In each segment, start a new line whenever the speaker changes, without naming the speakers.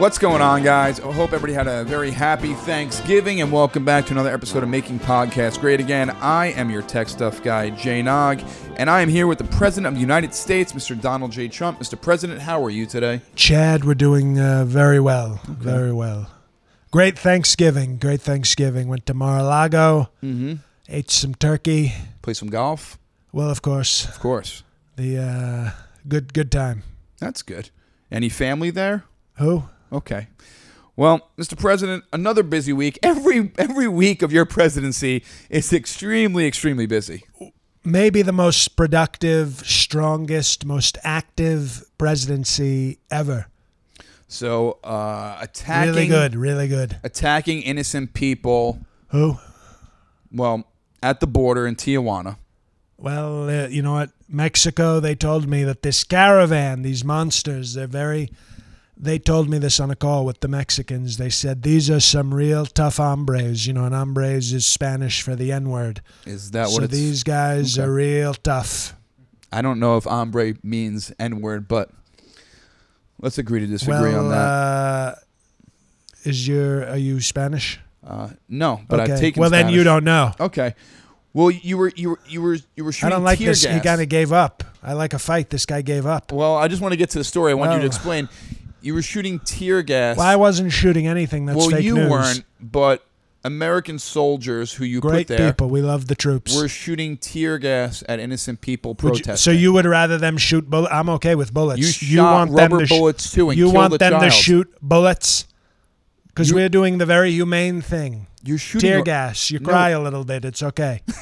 What's going on, guys? I hope everybody had a very happy Thanksgiving and welcome back to another episode of Making Podcasts Great Again. I am your tech stuff guy, Jay Nog, and I am here with the President of the United States, Mr. Donald J. Trump. Mr. President, how are you today?
Chad, we're doing uh, very well. Very well. Great Thanksgiving. Great Thanksgiving. Went to Mar a Lago, ate some turkey.
Play some golf?
Well, of course,
Of course.
the uh, good good time.
That's good. Any family there?
Who?
Okay. Well, Mr. President, another busy week. Every every week of your presidency is extremely, extremely busy.
Maybe the most productive, strongest, most active presidency ever.
So uh, attacking
Really good. Really good.
attacking innocent people.
Who?
Well, at the border in Tijuana.
Well, uh, you know what? Mexico, they told me that this caravan, these monsters, they're very. They told me this on a call with the Mexicans. They said, these are some real tough hombres. You know, and hombres is Spanish for the N word.
Is that what
So
it's?
these guys
okay.
are real tough.
I don't know if hombre means N word, but let's agree to disagree
well,
on that.
Uh, is your. Are you Spanish?
Uh, no, but
okay.
I've taken.
well, then you
Spanish.
don't know.
Okay. Well, you were you were you were you were shooting
I don't like
tear
this. He
gas.
kind of gave up. I like a fight. This guy gave up.
Well, I just want to get to the story. I want you to
Oh.
explain. You were shooting tear gas.
Well, I wasn't shooting anything. That's
well,
fake
you
news.
weren't, but American soldiers who you
Great
put there
people. We love the troops.
were shooting tear gas at innocent people
Would you-
protesting.
so you would rather them shoot bullets? I'm okay with bullets.
You shot rubber bullets too and
you
killed
want
a
them to
child.
shoot bullets because
You-
we're doing the very humane thing.
you're shooting
Tear
a-
gas. You
No.
cry a little bit. It's okay.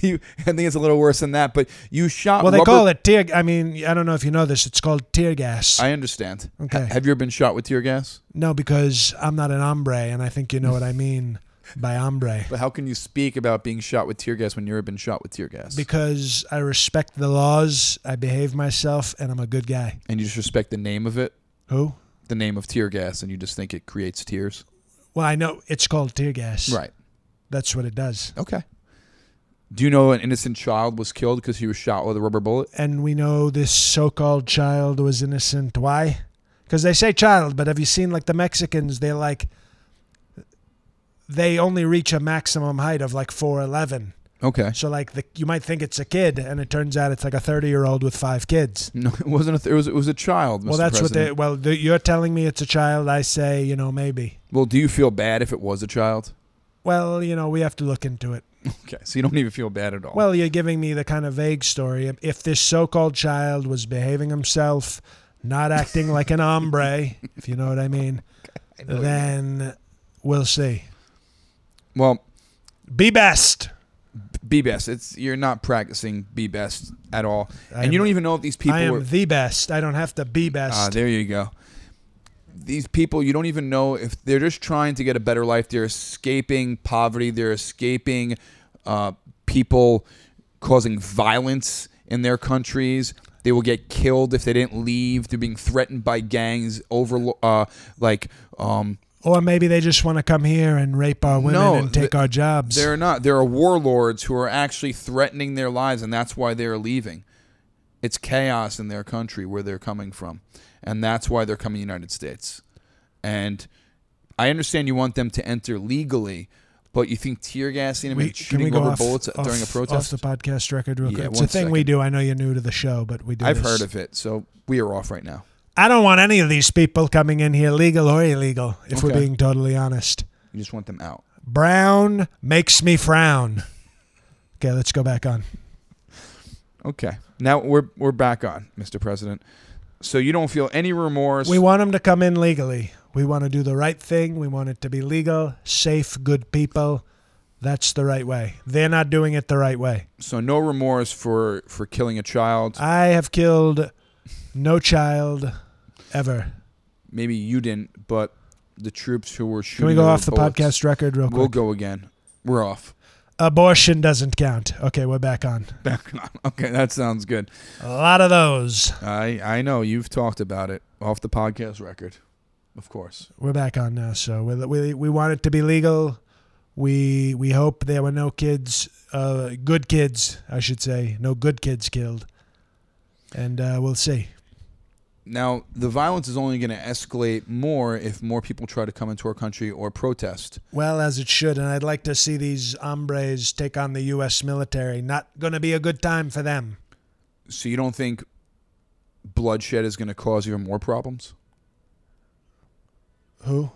You, I think it's a little worse than that, but you shot.
Well, they
rubber,
call it tear. I mean, I don't know if you know this. It's called tear gas.
I understand.
Okay.
Ha- have you ever been shot with tear gas?
no, because I'm not an hombre, and I think you know what I mean by hombre.
But how can you speak about being shot with tear gas when you've been shot with tear gas?
Because I respect the laws, I behave myself, and I'm a good guy.
and you just respect the name of it,
Who?
the name of tear gas, and you just think it creates tears.
Well, I know it's called tear gas.
Right.
That's what it does.
Okay. Do you know an innocent child was killed because he was shot with a rubber bullet?
and we know this so-called child was innocent. Why? Because they say child, but have you seen like the Mexicans? They're like they only reach a maximum height of like four eleven.
Okay.
So like the, you might think it's a kid, and it turns out it's like a thirty-year-old with five kids.
No, it wasn't. A th- it was. It was a child. Mr.
well, that's
President.
what they. Well, th you're telling me it's a child. I say you know maybe.
Well, do you feel bad if it was a child?
Well, you know we have to look into it.
Okay, so you don't even feel bad at all.
Well, you're giving me the kind of vague story. If this so-called child was behaving himself, not acting like an hombre, if you know what I mean, then we'll see.
well,
Be best.
be best. It's you're not practicing be best at all,
I
and you
am-
don't even know if these people
I am
were.
the best. I don't have to be
Ah,
best.
there you go. These people, you don't even know if they're just trying to get a better life. They're escaping poverty. They're escaping uh, people causing violence in their countries. They will get killed if they didn't leave. They're being threatened by gangs over, uh, like um,
or maybe they just want to come here and rape our women
No,
and take
th-
our jobs.
They're not. There are warlords who are actually threatening their lives, and that's why they're leaving. It's chaos in their country where they're coming from, and that's why they're coming to the United States. And I understand you want them to enter legally, but you think tear gassing them
We-
and
can we
shooting
go
rubber
off,
bullets during a
off-
protest?
Off the podcast record, real
Yeah,
quick. it's
one
a thing we
second.
do. I know you're new to the show, but we do.
I've
this.
heard of it, so we are off right now.
I don't want any of these people coming in here, legal or illegal. If we're
Okay.
being totally honest.
You just want them out.
Brown makes me frown. Okay, let's go back on.
Okay. Now we're we're back on, Mr. President. So you don't feel any remorse.
We want them to come in legally. We want to do the right thing. We want it to be legal, safe, good people. That's the right way. They're not doing it the right way.
So no remorse for for killing a child.
I have killed no child ever.
Maybe you didn't, but the troops who were shooting.
Can we go
her
off
with
the
bullets-
podcast record real quick?
We'll go again. We're off.
Abortion doesn't count. Okay, we're back on.
Back on. Okay, that sounds good.
A lot of those.
I I know you've talked about it off the podcast record, of course.
We're back on now. So we we, we want it to be legal. We we hope there were no kids, uh, good kids, I should say, no good kids killed. And uh, we'll see.
Now the violence is only going to escalate more if more people try to come into our country or protest.
Well, as it should, and I'd like to see these hombres take on the U.S. military. Not going to be a good time for them.
So you don't think bloodshed is going to cause even more problems
Who?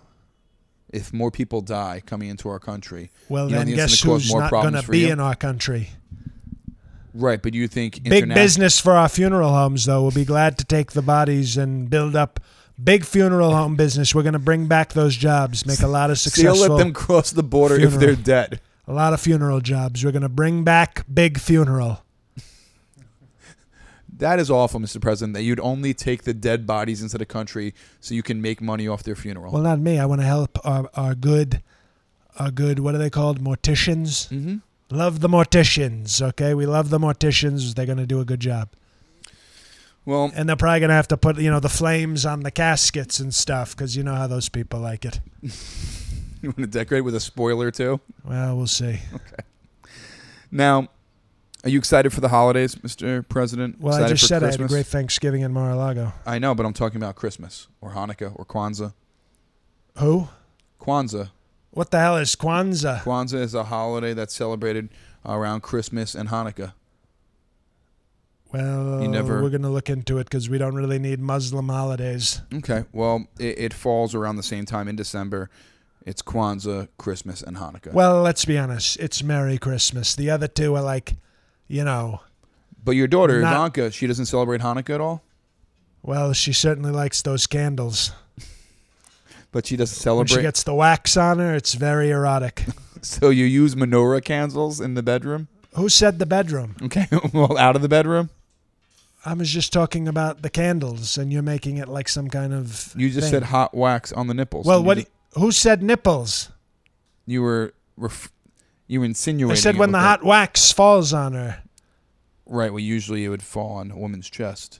if more people die coming into our country?
Well,
You don't
then
think it's
guess
gonna cause
who's
more
not going
problems
to
for
be
you?
in our country?
Right, but you think
Big
interna-
business for our funeral homes, though. We'll be glad to take the bodies and build up big funeral home business. We're going to bring back those jobs, make a lot of
So you'll
successful,
let them cross the border if
funeral.
they're dead.
a lot of funeral jobs. We're going to bring back big funeral.
That is awful, Mr. President, that you'd only take the dead bodies into the country so you can make money off their funeral.
Well, not me. I want to help our, our good, our good. What are they called? Morticians.
mm-hmm.
Love the morticians. Okay, we love the morticians. They're going to do a good job,
Well,
and they're probably going to have to put you know the flames on the caskets and stuff because you know how those people like it.
you want to decorate with a spoiler too?
Well, we'll see.
Now, are you excited for the holidays, Mr. President?
Well,
excited
I just
for
said
Christmas?
I had a great Thanksgiving in Mar-a-Lago.
I know, but I'm talking about Christmas or Hanukkah or Kwanzaa.
Who?
Kwanzaa.
What the hell is Kwanzaa?
Kwanzaa is a holiday that's celebrated around Christmas and Hanukkah.
Well,
You never-
we're going to look into it because we don't really need Muslim holidays.
Okay, well, it, it falls around the same time in December. It's Kwanzaa, Christmas, and Hanukkah.
Well, let's be honest. It's Merry Christmas. The other two are like, you know,
but your daughter,
not-
Ivanka, she doesn't celebrate Hanukkah at all,
well, she certainly likes those candles.
but she doesn't
When
celebrate.
she gets the wax on her, it's very erotic.
so you use menorah candles in the bedroom?
Who said the bedroom?
Okay, well, out of the bedroom?
I was just talking about the candles, and you're making it like some kind of.
You just
thing.
said hot wax on the nipples.
Well,
You
what?
did-
Who said nipples?
you were ref- you were insinuating.
I said
it
when the
with
hot wax falls on her.
it. right. Well, usually it would fall on a woman's chest.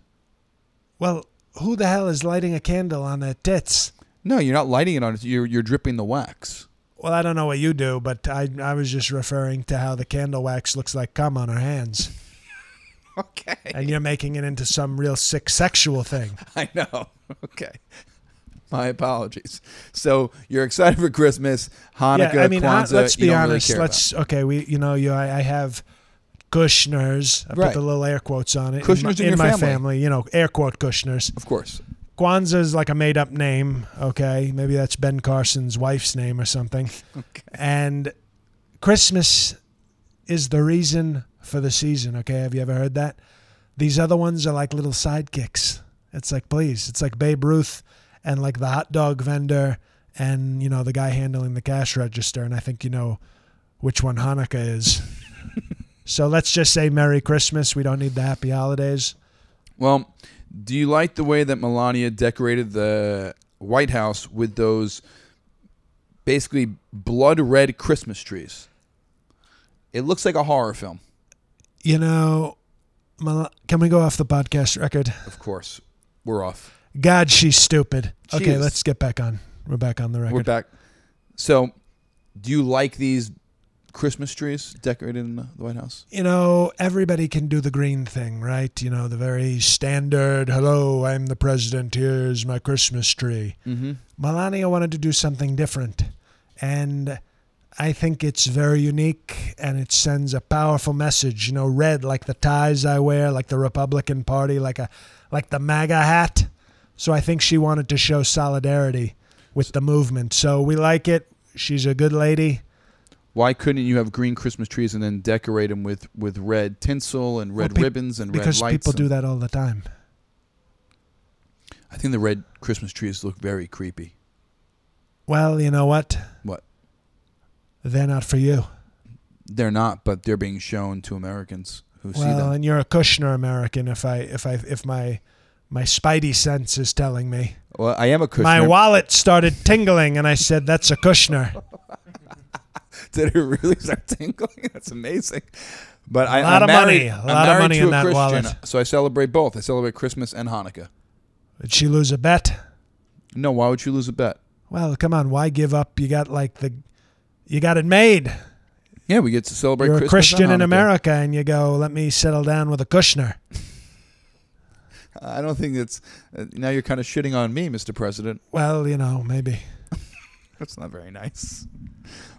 Well, who the hell is lighting a candle on their tits?
No, you're not lighting it on. it. You're you're dripping the wax.
Well, I don't know what you do, but I, I was just referring to how the candle wax looks like cum on her hands.
Okay,
And you're making it into some real sick sexual thing.
I know. Okay. My apologies. So you're excited for Christmas, Hanukkah,
yeah, I mean, hon-
Kwanzaa.
let's
you
be
don't really
honest.
care about.
let's, okay, we, you know, you, I, I have Kushners. I
Right.
put the little air quotes on it.
Kushners in
in,
your
my, in my
family.
family, you know, air quote Kushners.
Of course.
Kwanzaa is like a made up name, okay? Maybe that's Ben Carson's wife's name or something.
Okay.
And Christmas is the reason for the season, okay? Have you ever heard that? These other ones are like little sidekicks. It's like, please, it's like Babe Ruth and like the hot dog vendor and, you know, the guy handling the cash register. And I think you know which one Hanukkah is. so let's just say Merry Christmas. We don't need the happy holidays.
Well, do you like the way that Melania decorated the White House with those basically blood red Christmas trees? It looks like a horror film,
You know, Mel- can we go off the podcast record?
of course. We're off.
God, she's stupid.
She
okay,
is.
let's get back on. We're back on the record.
We're back. So, do you like these Christmas trees decorated in the the White House?
you know, everybody can do the green thing, right? You know, the very standard, hello, I'm the president, here's my Christmas tree.
Mm-hmm.
Melania wanted to do something different. And I think it's very unique and it sends a powerful message. You know, red like the ties I wear, like the Republican Party, like a like the MAGA hat. So I think she wanted to show solidarity with the movement. So we like it. She's a good lady.
Why couldn't you have green Christmas trees and then decorate them with, with red tinsel and red
Well, pe-
ribbons and red
Because
lights?
people do
and-
that all the time.
I think the red Christmas trees look very creepy.
Well, you know what?
What?
They're not for you.
They're not, but they're being shown to Americans who see
well,
them.
and you're a Kushner American. If I if I if my my spidey sense is telling me,
Well, I am a Kushner.
my wallet started tingling, and I said, "That's a Kushner."
Did it really start tingling? That's amazing. But I,
Lot
I'm
of
married,
money, a
I'm
lot of
married
money
to
in
a
that
Christian,
wallet.
So I celebrate both. I celebrate Christmas and Hanukkah.
Did she lose a bet?
No, why would you lose a bet?
Well, come on, why give up? You got like the, you got it made.
Yeah, we get to celebrate
You're a
Christmas and
Christian in
Hanukkah.
America, and you go, "Let me settle down with a Kushner."
I don't think it's. Uh, now you're kind of shitting on me, Mr. President.
Well, you know, maybe.
That's not very nice.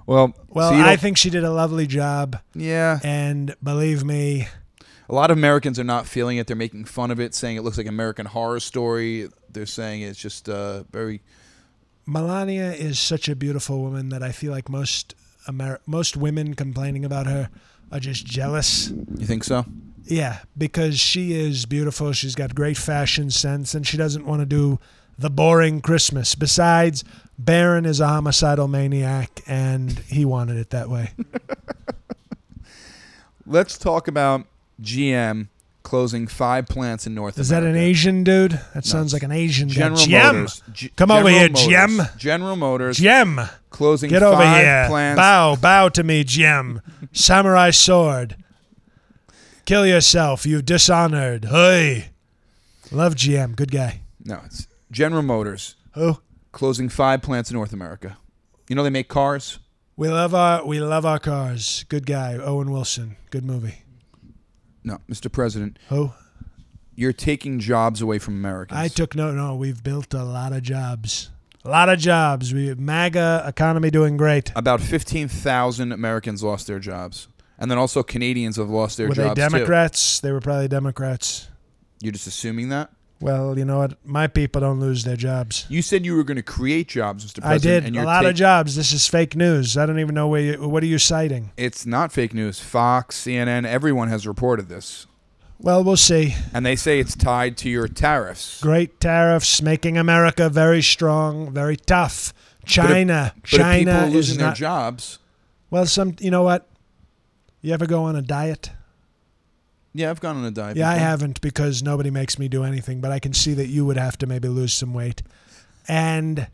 Well,
Well,
so you
I
don't-
think she did a lovely job,
Yeah.
and believe me,
A lot of Americans are not feeling it. They're making fun of it, saying it looks like American Horror Story. They're saying it's just uh, very.
Melania is such a beautiful woman that I feel like most Amer- most women complaining about her are just jealous.
You think so?
Yeah, because she is beautiful. She's got great fashion sense, and she doesn't want to do the boring Christmas. Besides, Barron is a homicidal maniac, and he wanted it that way.
Let's talk about GM closing five plants in North
Is that
America.
an Asian dude? That sounds like an Asian guy.
General
GM.
Motors. G-
Come over
General
here,
Motors.
GM.
General Motors
GM.
closing
Get
five
over here.
plants.
Bow, bow to me, Jim. Samurai sword. Kill yourself, you dishonored. Hey. Love GM, good guy.
No, it's General Motors
Who?
closing five plants in North America. You know they make cars.
We love our we love our cars. Good guy, Owen Wilson. Good movie.
No, Mr. President,
Who?
you're taking jobs away from Americans.
I took no no, we've built a lot of jobs. A lot of jobs. We MAGA economy doing great.
about 15,000 Americans lost their jobs. And then also Canadians have lost their
Were they
jobs
Democrats? They were probably Democrats.
too. You're just assuming that?
Well, you know what? My people don't lose their jobs.
You said you were going to create jobs, Mr.
I
President.
did
and
a
you're
lot of
tak-
jobs. This is fake news. I don't even know where. You, what are you citing?
It's not fake news. Fox, CNN, everyone has reported this.
Well, we'll see.
And they say it's tied to your tariffs.
Great tariffs making America very strong, very tough.
if-
China,
But if
China
people are
is
losing their
not.
jobs.
well, some. You know what? You ever go on a diet?
Yeah, I've gone on a diet.
Yeah, I
before.
haven't because nobody makes me do anything. But I can see that you would have to maybe lose some weight, and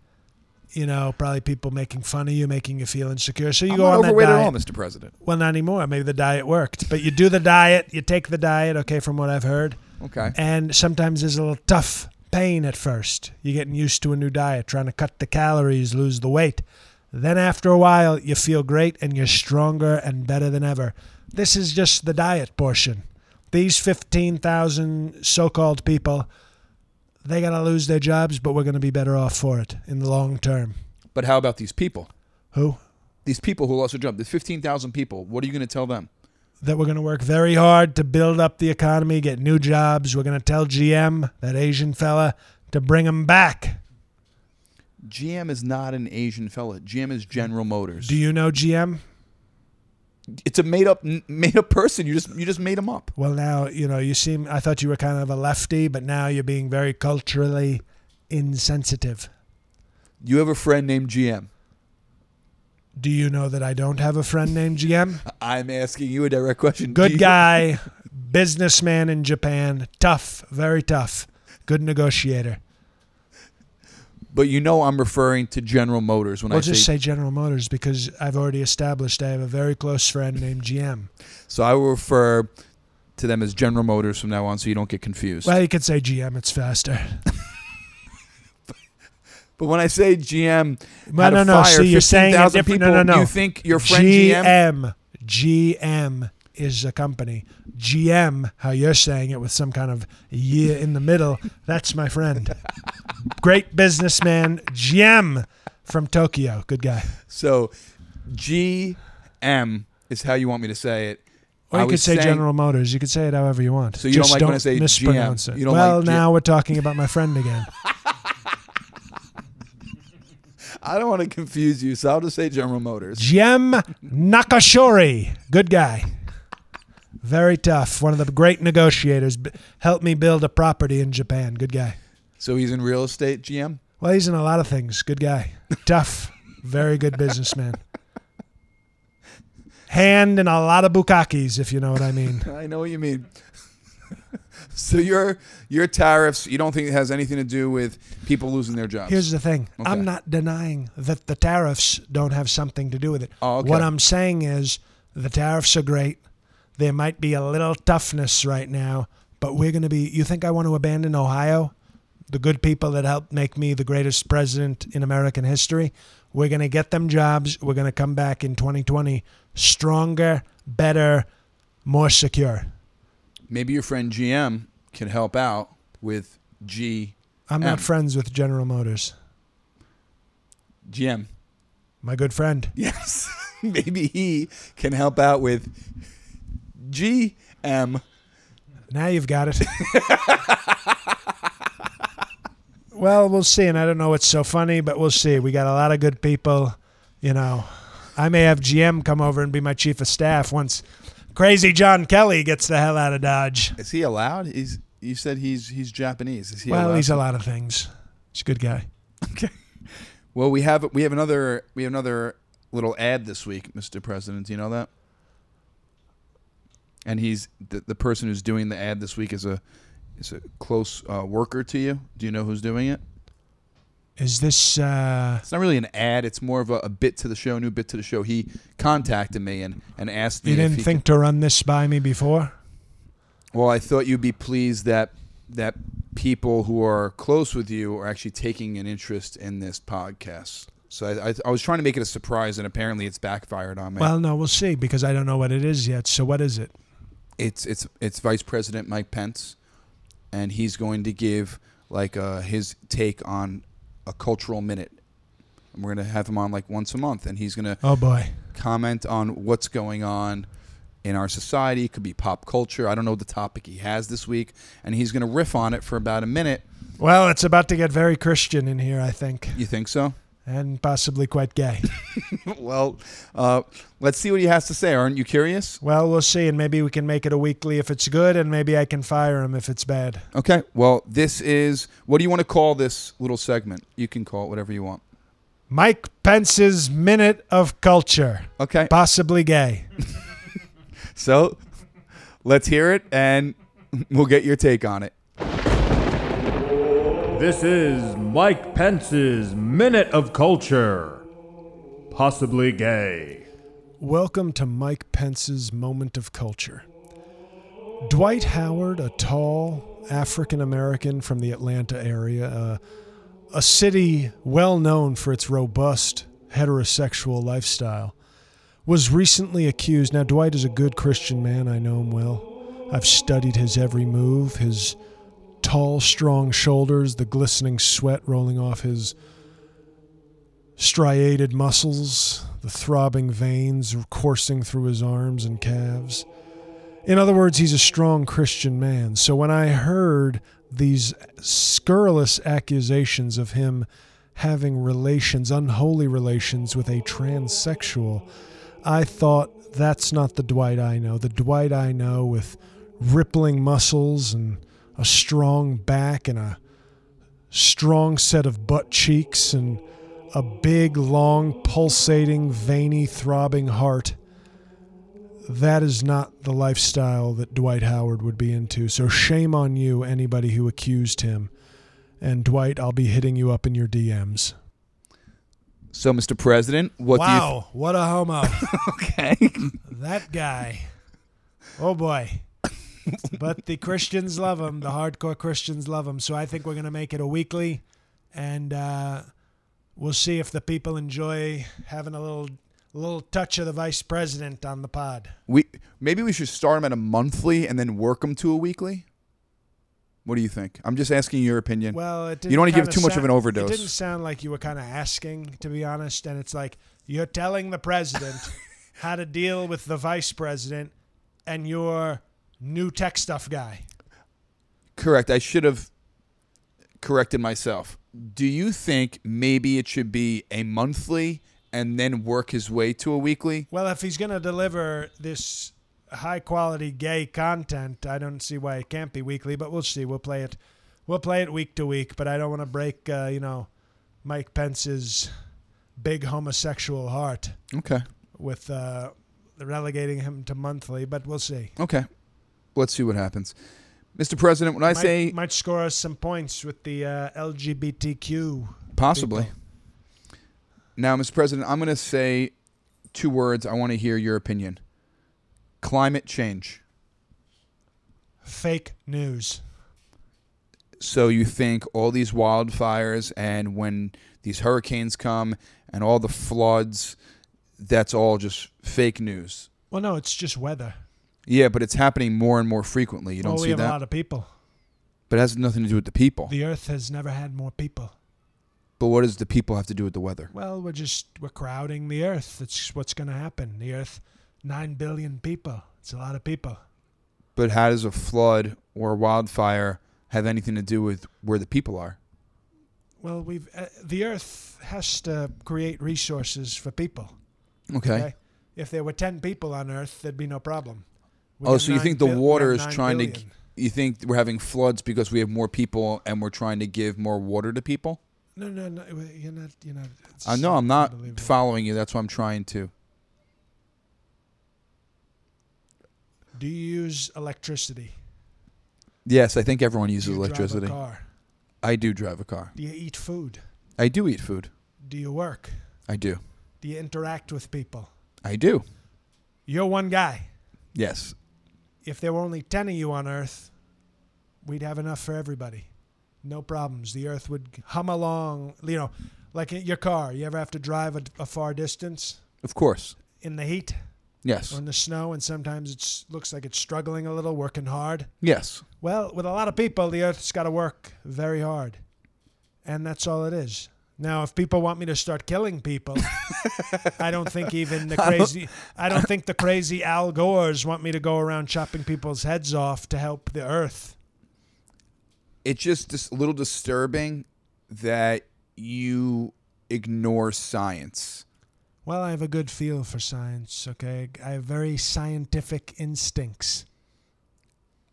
you know, probably people making fun of you, making you feel insecure. So you
I'm
go
not
on that
overweight
diet.
at all, Mr. President.
Well, not anymore. Maybe the diet worked, but you do the diet, you take the diet, okay, from what I've heard.
Okay.
And sometimes there's a little tough pain at first. You're getting used to a new diet, trying to cut the calories, lose the weight. Then after a while, you feel great and you're stronger and better than ever. This is just the diet portion. These 15,000 so called people, they got to lose their jobs, but we're going to be better off for it in the long term.
But how about these people?
Who?
These people who lost their job, the 15,000 people, what are you going to tell them?
that we're going to work very hard to build up the economy, get new jobs. We're going to tell GM, that Asian fella, to bring him back.
GM is not an Asian fella. GM is General Motors.
Do you know GM?
it's a made up made up person. You just you just made him up.
Well, now, you know, you seem, I thought you were kind of a lefty, but now you're being very culturally insensitive.
You have a friend named GM.
Do you know that I don't have a friend named GM?
I'm asking you a direct question. Do
Good
you-
guy, businessman in Japan, tough, very tough, good negotiator.
But you know I'm referring to General Motors when
We'll
I say,
just say General Motors because I've already established I have a very close friend named GM.
so I will refer to them as General Motors from now on so you don't get confused.
Well, you could say GM. It's faster.
but when I say GM
No,
had
no,
a
no.
fire
See, you're saying it
15,000
different-
people,
no, no, no.
you think your friend GM,
GM. GM is a company. GM, how you're saying it with some kind of year in the middle, that's my friend. Great businessman, GM from Tokyo. Good guy.
So GM is how you want me to say it.
Or
I
you could
was
say
saying-
General Motors. You could say it however you want.
So you don't
Just
like when I say GM.
mispronounce it.
You don't
well,
like G-
now we're talking about my friend again.
I don't want to confuse you, so I'll just say General Motors.
GM Nakashori. Good guy. Very tough. One of the great negotiators. B- helped me build a property in Japan. Good guy.
So he's in real estate, GM.
Well, he's in a lot of things. Good guy. Tough. Very good businessman. Hand and a lot of bukakis, if you know what I mean.
I know what you mean. so your your tariffs, you don't think it has anything to do with people losing their jobs?
Here's the thing
Okay.
I'm not denying that the tariffs don't have something to do with it.
Oh, okay.
What I'm saying is the tariffs are great. There might be a little toughness right now, but we're going to be. You think I want to abandon Ohio? The good people that helped make me the greatest president in American history. We're going to get them jobs. We're going to come back in 2020 stronger, better, more secure.
Maybe your friend GM can help out with G
I'm
Um,
not friends with General Motors.
GM.
My good friend.
Yes. Maybe he can help out with GM.
Now you've got it. well, we'll see. And I don't know what's so funny, but we'll see. We got a lot of good people. You know, I may have GM come over and be my chief of staff once crazy John Kelly gets the hell out of Dodge.
Is he allowed? He's you said he's he's Japanese. Is he
well,
allowed?
he's a lot of things. He's a good guy.
well, we have we have another we have another little ad this week, Mr. President. Do you know that? And he's the, the person who's doing the ad this week is a is a close uh, worker to you. Do you know who's doing it?
Is this uh,
It's not really an ad. It's more of a, a bit to the show, new bit to the show. He contacted me and and asked me.
you
if
didn't
he
think to run this by me before?
Well, I thought you'd be pleased that that people who are close with you are actually taking an interest in this podcast. So I, I, I was trying to make it a surprise, and apparently it's backfired on me.
Well, no, we'll see because I don't know what it is yet. So what is it?
it's it's it's Vice President Mike Pence, and he's going to give like uh, his take on a cultural minute. And we're gonna have him on like once a month, and he's gonna
Oh boy.
comment on what's going on in our society. It could be pop culture. I don't know the topic he has this week, and he's gonna riff on it for about a minute.
Well, it's about to get very Christian in here, I think,
You think so?
and possibly quite gay.
well, uh, let's see what he has to say. Aren't you curious?
Well, we'll see, and maybe we can make it a weekly if it's good, and maybe I can fire him if it's bad.
Okay. Well, this is what do you want to call this little segment? You can call it whatever you want.
Mike Pence's Minute of Culture,
Okay.
possibly gay.
So let's hear it and we'll get your take on it.
This is Mike Pence's Minute of Culture. Possibly gay.
Welcome to Mike Pence's Moment of Culture. Dwight Howard, a tall African American from the Atlanta area, uh, a city well known for its robust heterosexual lifestyle, was recently accused. Now, Dwight is a good Christian man. I know him well. I've studied his every move, his tall, strong shoulders, the glistening sweat rolling off his striated muscles, the throbbing veins coursing through his arms and calves. In other words, he's a strong Christian man. So when I heard these scurrilous accusations of him having relations, unholy relations with a transsexual, I thought that's not the Dwight I know. The Dwight I know with rippling muscles and a strong back and a strong set of butt cheeks and a big, long, pulsating, veiny, throbbing heart. That is not the lifestyle that Dwight Howard would be into. So shame on you, anybody who accused him. And Dwight, I'll be hitting you up in your DMs.
So, Mr. President, what
what a homo.
do you? okay.
that guy. Oh boy. but the Christians love him. The hardcore Christians love him. So I think we're going to make it a weekly, and uh, we'll see if the people enjoy having a little little touch of the vice president on the pod.
we maybe we should start him at a monthly and then work him to a weekly. What do you think? I'm just asking your opinion.
Well, it
You
didn't
don't wanna give
kinda
too much of
sound-
an overdose.
It didn't sound like you were kind of asking, to be honest. And it's like you're telling the president how to deal with the vice president and your new tech stuff guy.
Correct. I should have corrected myself. Do you think maybe it should be a monthly and then work his way to a weekly?
Well, if he's going to deliver this high quality gay content, I don't see why it can't be weekly. But we'll see. We'll play it. We'll play it week to week. But I don't want to break, uh, you know, Mike Pence's big homosexual heart
Okay.
with uh, relegating him to monthly, but we'll see.
Okay. Let's see what happens. Mr. President, when I
might,
say
might score us some points with the uh, LGBTQ.
Possibly.
people.
Now, Mr. President, I'm going to say two words. I want to hear your opinion. Climate change.
Fake news.
So you think all these wildfires and when these hurricanes come and all the floods, that's all just fake news.
Well, no, it's just weather.
Yeah, but it's happening more and more frequently. You don't
well, we
see
have a lot
that.
of people.
But it has nothing to do with the people.
The Earth has never had more people.
But what does the people have to do with the weather?
Well, we're just we're crowding the Earth. That's what's going to happen. The Earth, nine billion people. It's a lot of people.
But how does a flood or a wildfire have anything to do with where the people are?
Well, we've uh, the Earth has to create resources for people.
Okay.
okay? If there were ten people on Earth, there'd be no problem. We
Oh,
have
so you
nine
think the
bil- we
water
have
is
nine
trying to?
billion.
g- You think we're having floods because we have more people and we're trying to give more water to people?
No, no, no. You're not. You're not. it's
I know I'm not
unbelievable.
following you. That's why I'm trying to.
Do you use electricity?
Yes, I think everyone
Do
uses
you drive a
electricity.
car?
I do drive a car.
Do you eat food?
I do eat food.
Do you work?
I do.
Do you interact with people?
I do.
You're one guy.
Yes.
If there were only 10 of you on Earth, we'd have enough for everybody. No problems. The Earth would hum along, you know, like in your car. You ever have to drive a, a far distance
Of course.
in the heat or
Yes.
in the snow, and sometimes it looks like it's struggling a little, working hard?
Yes.
Well, with a lot of people, the earth's got to work very hard. And that's all it is. Now, if people want me to start killing people, I don't think even the crazy I don't think the crazy Al Gores want me to go around chopping people's heads off to help the earth.
It's just dis- a little disturbing that you ignore science.
Well, I have a good feel for science, okay? I have very scientific instincts.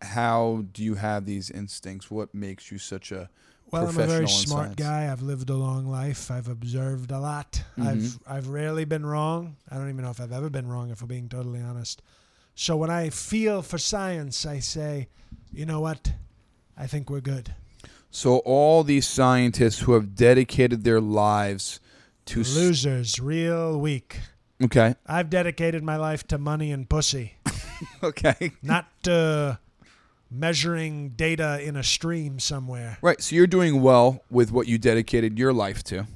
How do you have these instincts? What makes you such a
Well, I'm a very
Professional in
smart
science.
guy. I've lived a long life. I've observed a lot. I've
Mm-hmm.
I've rarely been wrong. I don't even know if I've ever been wrong, if we're being totally honest. So when I feel for science, I say, you know what? I think we're good.
So all these scientists who have dedicated their lives to s-
Losers, real weak.
okay,
I've dedicated my life to money and pussy,
okay,
not to measuring data in a stream somewhere.
right. So you're doing well with what you dedicated your life to.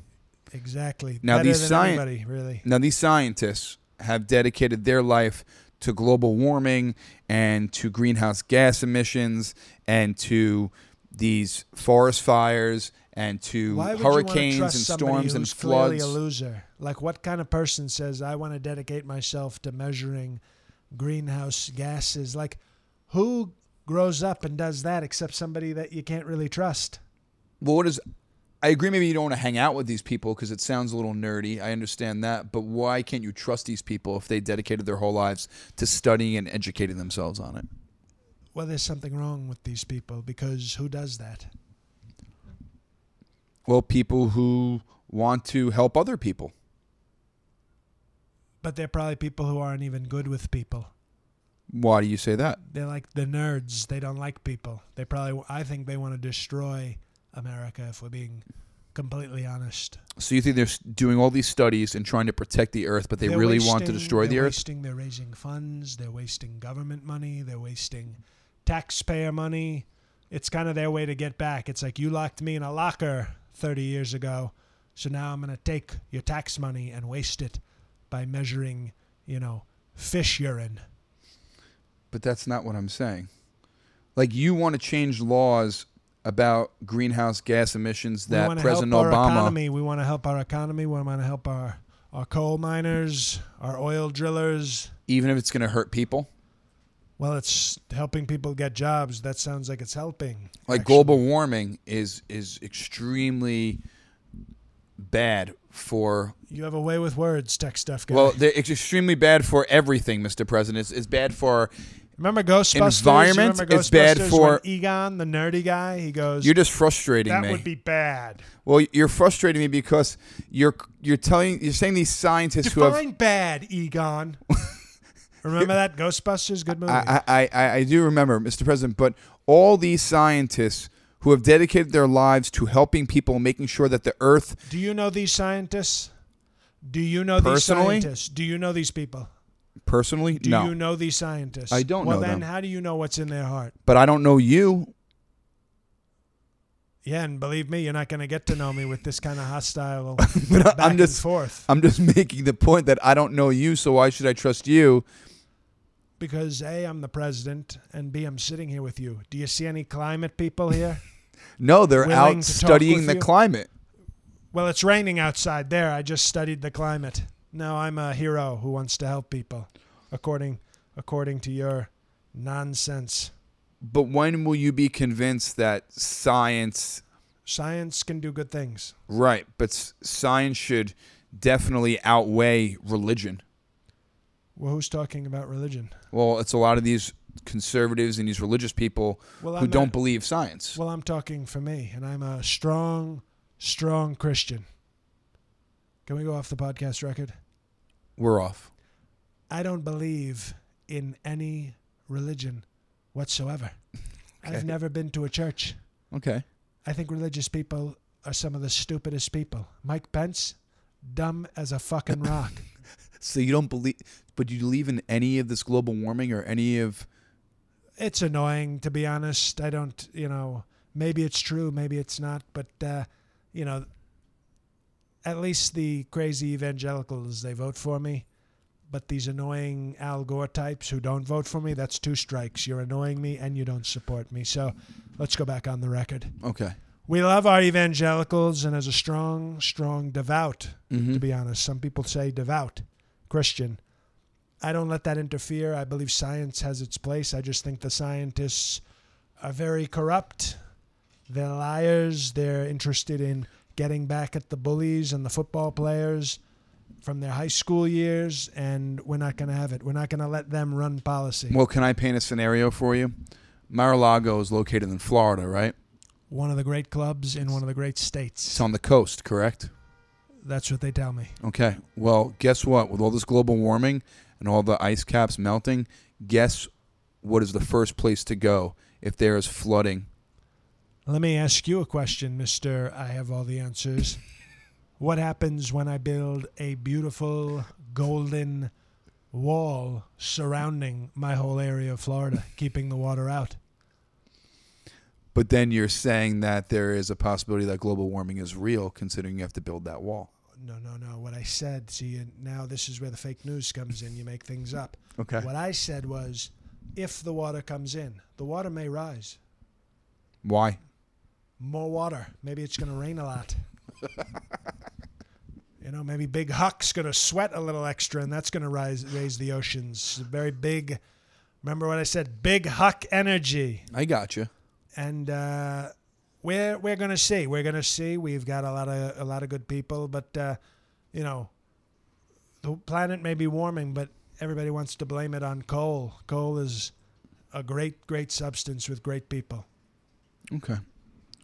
Exactly.
Now,
Better
these
than
scien-
anybody, really.
Now these scientists have dedicated their life to global warming and to greenhouse gas emissions and to these forest fires and to
Why would
hurricanes and
you want to trust somebody
storms and
who's clearly
floods.
A loser. Like what kind of person says I want to dedicate myself to measuring greenhouse gases? Like who grows up and does that except somebody that you can't really trust?
Well, what is? I agree. Maybe you don't want to hang out with these people because it sounds a little nerdy. I understand that, but why can't you trust these people if they dedicated their whole lives to studying and educating themselves on it?
Well, there's something wrong with these people because who does that?
Well, people who want to help other people.
But they're probably people who aren't even good with people.
Why do you say that?
They're like the nerds. They don't like people. They probably, I think they want to destroy America if we're being completely honest.
So you think they're s- doing all these studies and trying to protect the Earth, but they
They're
really want to
wasting-
destroy the
they're
Earth?
Wasting, they're raising funds. They're wasting government money. They're wasting taxpayer money. It's kind of their way to get back. It's like you locked me in a locker 30 years ago, so now I'm going to take your tax money and waste it by measuring, you know, fish urine.
But that's not what I'm saying. Like you want to change laws about greenhouse gas emissions
we
that
want to
President
help our
Obama.
economy. We want to help our economy. We want to help our our coal miners, our oil drillers.
even if it's going to hurt people.
Well, it's helping people get jobs. That sounds like it's helping.
like
actually.
global warming is is extremely bad for
You have a way with words, tech stuff guy.
well they're- it's extremely bad for everything mr president it's, it's bad for
Remember Ghostbusters?
Environment
Remember
is bad
Ghostbusters
for-
when Egon, the nerdy guy. He goes,
You're just frustrating
"That
me.
would be bad."
well, you're frustrating me because you're you're telling you're saying these scientists who have
Define bad, Egon. Remember that Ghostbusters? Good movie.
I, I, I, I do remember, Mr. President, but all these scientists who have dedicated their lives to helping people and making sure that the earth
Do you know these scientists? Do you know these
Personally?
scientists? Do you know these people?
personally
Do
no
you know these scientists?
I don't
well,
know
then
them.
how do you know what's in their heart?
but i don't know you
Yeah, and believe me, you're not going to get to know me with this kind of hostile
But I-
back
i'm just
and forth
i'm just making the point that i don't know you so why should i trust you
because A, I'm the president, and B, I'm sitting here with you. Do you see any climate people here?
no they're
Willing to
out
talk
studying
with
the
you?
climate
well, it's raining outside there. I just studied the climate. No, I'm a hero who wants to help people, according according to your nonsense.
but when will you be convinced that science
Science can do good things.
right but s- science should definitely outweigh religion
Well, who's talking about religion?
well it's a lot of these conservatives and these religious people
Well,
who
I'm
don't
not-
believe science
Well, I'm talking for me, and I'm a strong, strong Christian. Can we go off the podcast record?
we're off
I don't believe in any religion whatsoever. I've never been to a church.
okay
I think religious people are some of the stupidest people. Mike Pence, dumb as a fucking rock.
So you don't believe, but you believe in any of this global warming or any of
it's annoying to be honest. I don't, you know, maybe it's true, maybe it's not, but uh, you know, at least the crazy evangelicals they vote for me. But these annoying Al Gore types who don't vote for me, that's two strikes. You're annoying me and you don't support me. So let's go back on the record.
okay.
We love our evangelicals and as a strong, strong devout, to be honest. Some people say devout Christian. I don't let that interfere. I believe science has its place. I just think the scientists are very corrupt. They're liars. They're interested in getting back at the bullies and the football players from their high school years, and we're not going to have it. We're not going to let them run policy.
Well, can I paint a scenario for you? Mar-a-Lago is located in Florida, right?
One of the great clubs in one of the great
It's
states.
on the coast, correct?
That's what they tell me.
Okay. Well, guess what? With all this global warming and all the ice caps melting, guess what is the first place to go if there is flooding?
Let me ask you a question, Mr. I have all the answers. What happens when I build a beautiful golden wall surrounding my whole area of Florida, keeping the water out?
But then you're saying that there is a possibility that global warming is real, considering you have to build that wall.
No, no, no. What I said, see, and now this is where the fake news comes in. You make things up.
Okay.
What I said was if the water comes in, the water may rise.
Why?
more water. Maybe it's going to rain a lot. you know, maybe Big Huck's going to sweat a little extra, and that's going to rise raise the oceans. Very big. Remember what I said? Big Huck energy,
I got you.
and uh, we're we're going to see. We're going to see. We've got a lot of a lot of good people, but uh, you know, the planet may be warming, but everybody wants to blame it on coal. Coal is a great great substance with great people.
Okay.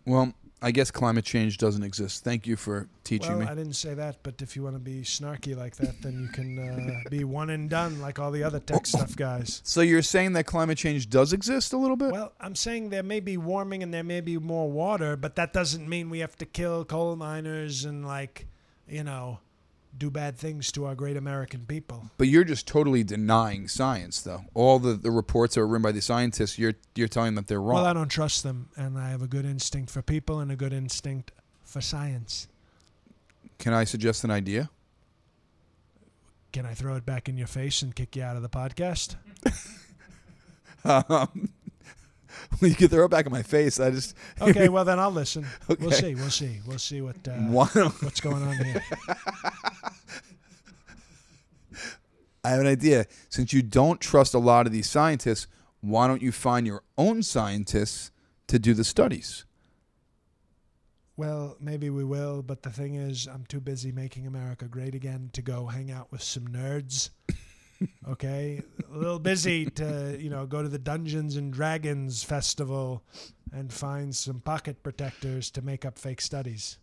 Well, I guess climate change doesn't exist. Thank you for teaching me.
Well, I didn't say that, but if you want to be snarky like that, then you can uh, be one and done like all the other tech stuff guys.
So you're saying that climate change does exist a little bit?
Well, I'm saying there may be warming and there may be more water, but that doesn't mean we have to kill coal miners and like, you know, do bad things to our great American people.
but you're just totally denying science, though. All the, the reports that are written by the scientists, you're you're telling them that they're wrong.
Well, I don't trust them, and I have a good instinct for people and a good instinct for science.
Can I suggest an idea?
Can I throw it back in your face and kick you out of the podcast?
Um, you can throw it back in my face. I just
Okay, well then I'll listen. We'll
Okay.
see. We'll see. We'll see what uh,
Why don't-
what's going on here.
I have an idea. Since you don't trust a lot of these scientists, why don't you find your own scientists to do the studies?
Well, maybe we will, but the thing is, I'm too busy making America great again to go hang out with some nerds Okay, a little busy to you know go to the Dungeons and Dragons festival and find some pocket protectors to make up fake studies.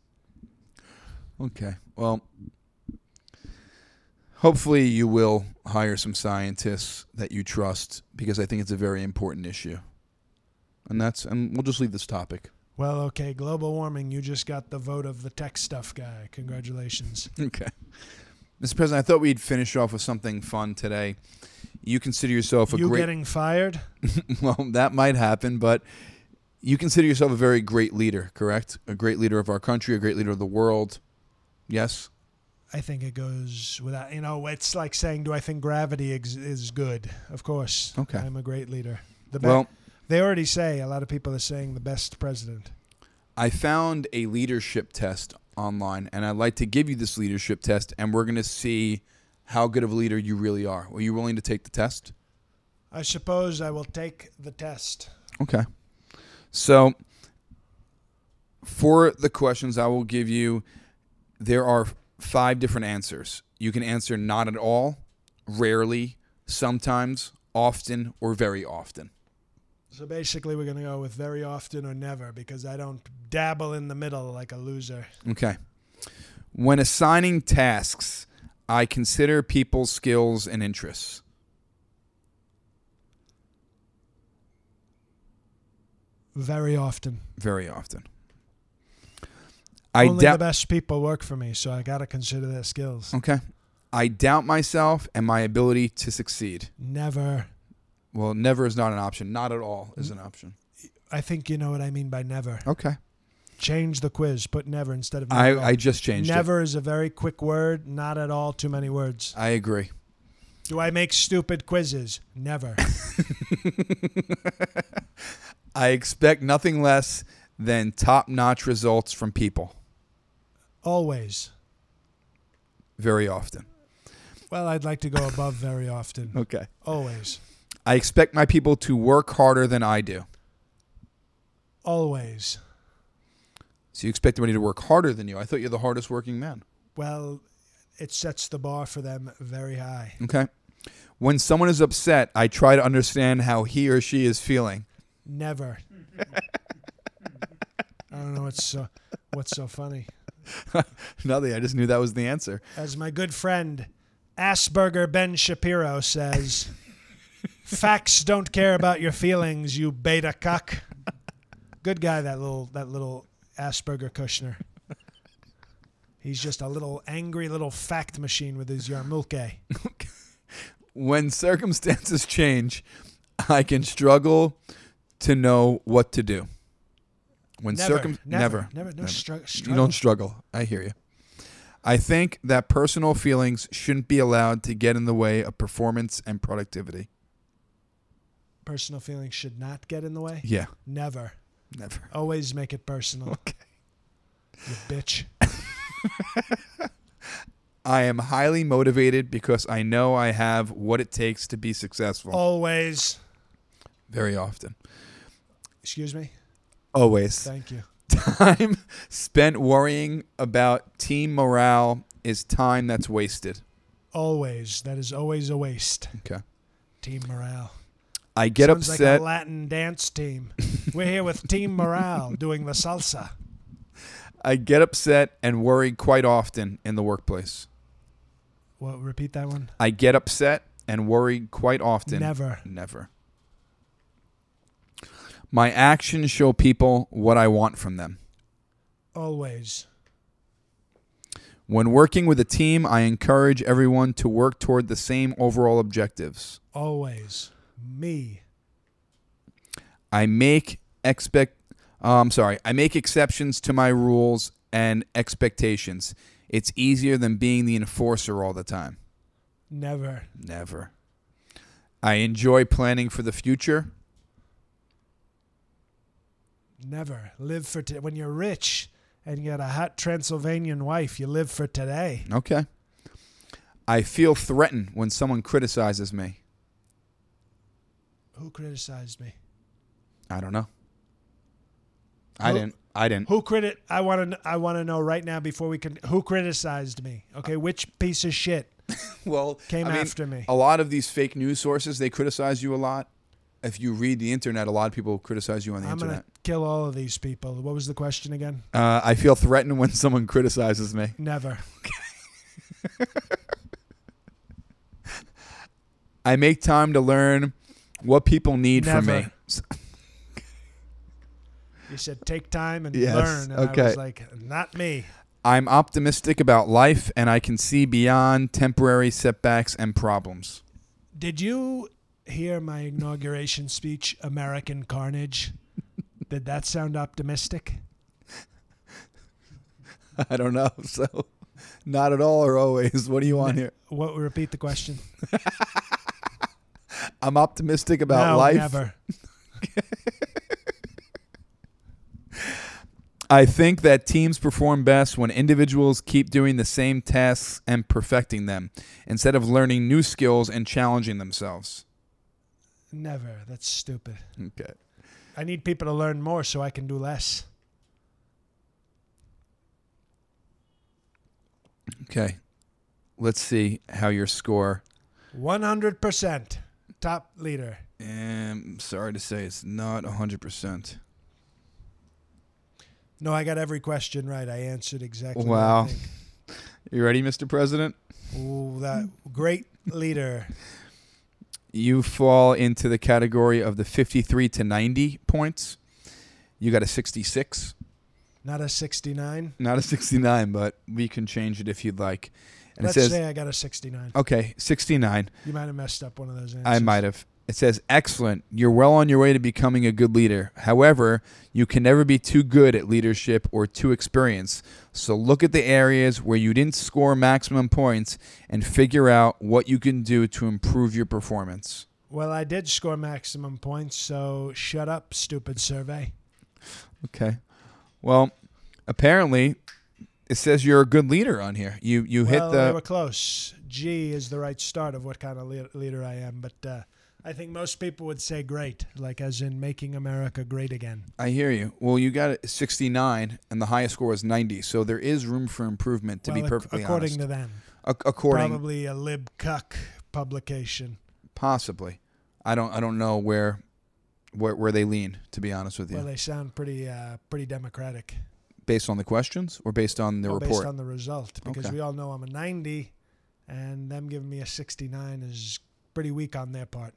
Okay. Well, hopefully you will hire some scientists that you trust because I think it's a very important issue. And that's and we'll just leave this topic.
Well, okay, global warming. You just got the vote of the tech stuff guy. Congratulations.
Okay. Mr. President, I thought we'd finish off with something fun today. You consider yourself a
you
great
getting fired?
well, that might happen, but you consider yourself a very great leader, correct? A great leader of our country, a great leader of the world. Yes.
I think it goes without. You know, it's like saying, "Do I think gravity ex- is good?" Of course.
Okay.
I'm a great leader. The best.
Well,
they already say a lot of people are saying the best president.
I found a leadership test online, and I'd like to give you this leadership test, and we're going to see how good of a leader you really are. Are you willing to take the test?
I suppose I will take the test.
Okay. So, for the questions I will give you, there are five different answers. You can answer not at all, rarely, sometimes, often, or very often.
So basically, we're going to go with very often or never because I don't dabble in the middle like a loser.
Okay. When assigning tasks, I consider people's skills and interests.
Very often.
very often. I
Only the
doubt.
best people work for me, so I got to consider their skills.
Okay. I doubt myself and my ability to succeed.
Never.
Well, never is not an option. Not at all is an option.
I think you know what I mean by never.
Okay.
Change the quiz. Put never instead of not
I,
at all.
I just changed it.
Never is a very quick word. Not at all. Too many words.
I agree.
Do I make stupid quizzes? Never.
I expect nothing less than top notch results from people
Always.
very often.
Well, I'd like to go above very often.
Okay.
Always.
I expect my people to work harder than I do.
Always.
So you expect everybody to work harder than you. I thought you're the hardest working man.
Well, it sets the bar for them very high.
Okay. When someone is upset, I try to understand how he or she is feeling.
Never. I don't know what's so, what's so funny.
Nothing. I just knew that was the answer.
As my good friend Asperger Ben Shapiro says, facts don't care about your feelings, you beta cuck. Good guy, that little that little Asperger Kushner. He's just a little angry little fact machine with his Yarmulke.
When circumstances change, I can struggle to know what to do. When
Never,
circum
never, never, no stru-
you
struggle.
don't struggle. I hear you. I think that personal feelings shouldn't be allowed to get in the way of performance and productivity.
Personal feelings should not get in the way.
Yeah,
Never.
never.
Always make it personal,
Okay.
you bitch.
I am highly motivated because I know I have what it takes to be successful.
Oh. Always.
Very often.
Excuse me.
Always.
Thank you.
time spent worrying about team morale is time that's wasted.
Always. That is always a waste.
Okay.
Team morale.
I get
Sounds like
upset.
a Latin dance team. We're here with Team Morale doing the salsa.
I get upset and worry quite often in the workplace.
What? Repeat that one.
I get upset and worry quite often.
Never.
Never. My actions show people what I want from them.
Always.
When working with a team, I encourage everyone to work toward the same overall objectives.
Always. Me.
I make expect. Uh, I'm sorry. I make exceptions to my rules and expectations. It's easier than being the enforcer all the time.
Never.
Never. I enjoy planning for the future.
Never. Live for t- when you're rich and you got a hot Transylvanian wife. You live for today.
Okay. I feel threatened when someone criticizes me.
Who criticized me?
I don't know. I
Who-
didn't. I didn't.
Who critic? I want to. I want to know right now before we can. Who criticized me? Okay, which piece of shit?
well,
Came
I mean,
after me.
A lot of these fake news sources, they criticize you a lot. If you read the internet, a lot of people criticize you on the
I'm
internet.
gonna kill all of these people. What was the question again?
Uh, I feel threatened when someone criticizes me.
Never.
I make time to learn what people need from
Never.
me. S-
You said take time and
Yes,
learn. And I
okay.
was like, not me.
I'm optimistic about life and I can see beyond temporary setbacks and problems.
Did you hear my inauguration speech, American Carnage? Did that sound optimistic?
I don't know. So, not at all or always. What do you want here?
What? Repeat the question.
I'm optimistic about
no,
life.
never.
I think that teams perform best when individuals keep doing the same tasks and perfecting them instead of learning new skills and challenging themselves.
Never. That's stupid.
Okay.
I need people to learn more so I can do less.
Okay. Let's see how your score.
100% top leader.
Um, sorry to say it's not 100%.
No, I got every question right. I answered exactly. what I
Wow.
think.
You ready, Mr. President?
Ooh, that great leader.
You fall into the category of the 53 to 90 points. You got a 66.
Not a 69.
Not a 69, but we can change it if you'd like. And
Let's
it says,
say I got a 69.
okay, 69.
You might have messed up one of those answers.
I might have. It says, excellent. You're well on your way to becoming a good leader. However, you can never be too good at leadership or too experienced. So look at the areas where you didn't score maximum points and figure out what you can do to improve your performance.
Well, I did score maximum points, so shut up, stupid survey.
Okay. Well, apparently, it says you're a good leader on here. You you
well,
hit
they
the
were close. G is the right start of what kind of le- leader I am, but uh, I think most people would say great, like as in making America great again.
I hear you. Well, you got a 69, and the highest score was 90. So there is room for improvement, to be
well, ac-
perfectly
according
honest.
to them,
Ac- according,
probably a lib cuck publication.
possibly. I don't. I don't know where, where where they lean. To be honest with you,
Well, they sound pretty uh, pretty democratic.
based on the questions or based on the
Well,
report.
Oh, based on the result because
Okay.
we all know I'm a 90, and them giving me a 69 is pretty weak on their part.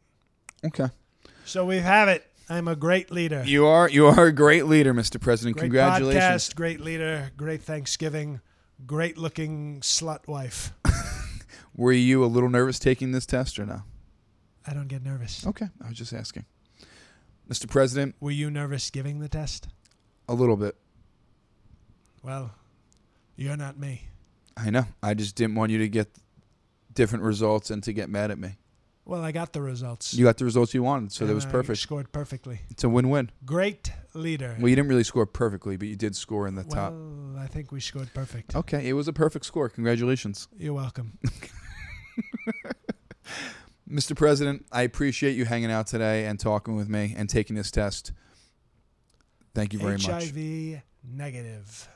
okay.
So we have it. I'm a great leader.
You are you are a great leader, Mr. President.
great
Congratulations.
podcast, great leader, great Thanksgiving, great looking slut wife.
Were you a little nervous taking this test or no?
I don't get nervous.
Okay, I was just asking, Mr. President.
Were you nervous giving the test?
A little bit.
Well, you're not me.
I know. I just didn't want you to get different results and to get mad at me.
Well, I got the results.
You got the results you wanted, so that
and
was
I
perfect.
Scored perfectly.
It's a win-win.
Great leader.
Well, you didn't really score perfectly, but you did score in the top. Oh.
Well, I think we scored perfect.
Okay, it was a perfect score. Congratulations.
You're welcome.
Mr. President, I appreciate you hanging out today and talking with me and taking this test. Thank you very much.
HIV negative.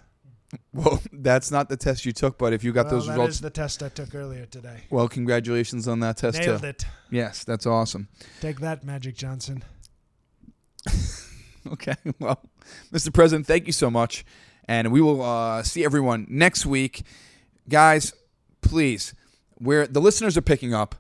Well, that's not the test you took, but if you got
well,
those
that
results,
is the test I took earlier today.
well, congratulations on that test
Nailed
too.
it.
Yes, that's awesome.
Take that, Magic Johnson.
Okay. Well, Mr. President, thank you so much. And we will uh, see everyone next week. Guys, please, where the listeners are picking up,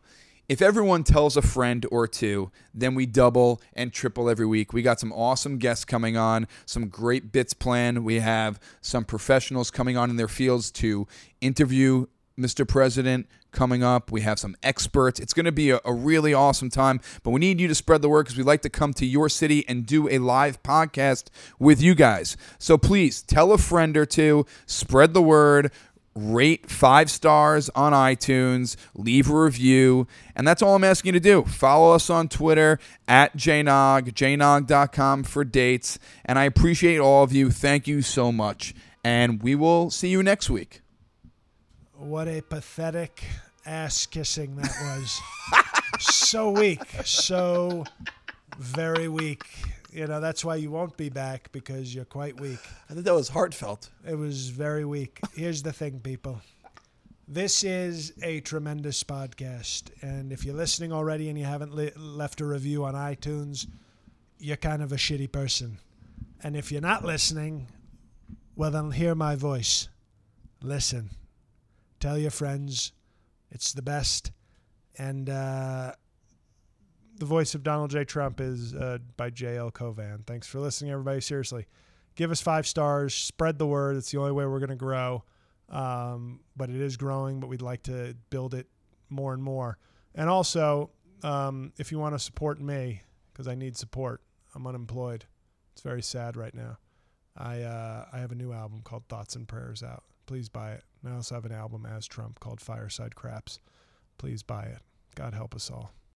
if everyone tells a friend or two, then we double and triple every week. We got some awesome guests coming on, some great bits planned. We have some professionals coming on in their fields to interview Mr. President coming up. We have some experts. It's going to be a, a really awesome time, but we need you to spread the word because we'd like to come to your city and do a live podcast with you guys. So please tell a friend or two, spread the word, rate five stars on iTunes, leave a review, and that's all I'm asking you to do. Follow us on Twitter at jnog, jnog.com for dates. And I appreciate all of you. Thank you so much. And we will see you next week.
What a pathetic ass kissing that was. so weak. So very weak. You know, that's why you won't be back because you're quite weak.
I think that was heartfelt.
It was very weak. Here's the thing, people. This is a tremendous podcast. And if you're listening already and you haven't li- left a review on iTunes, you're kind of a shitty person. And if you're not listening, well, then hear my voice. Listen. Tell your friends. It's the best. And uh, the voice of Donald J. Trump is uh, by J.L. Covan. Thanks for listening, everybody. Seriously, give us five stars. Spread the word. It's the only way we're going to grow. Um, but it is growing, but we'd like to build it more and more. And also, um, if you want to support me, because I need support, I'm unemployed. It's very sad right now. I uh, I have a new album called Thoughts and Prayers out. Please buy it. And I also have an album as Trump called Fireside Craps. Please buy it. God help us all.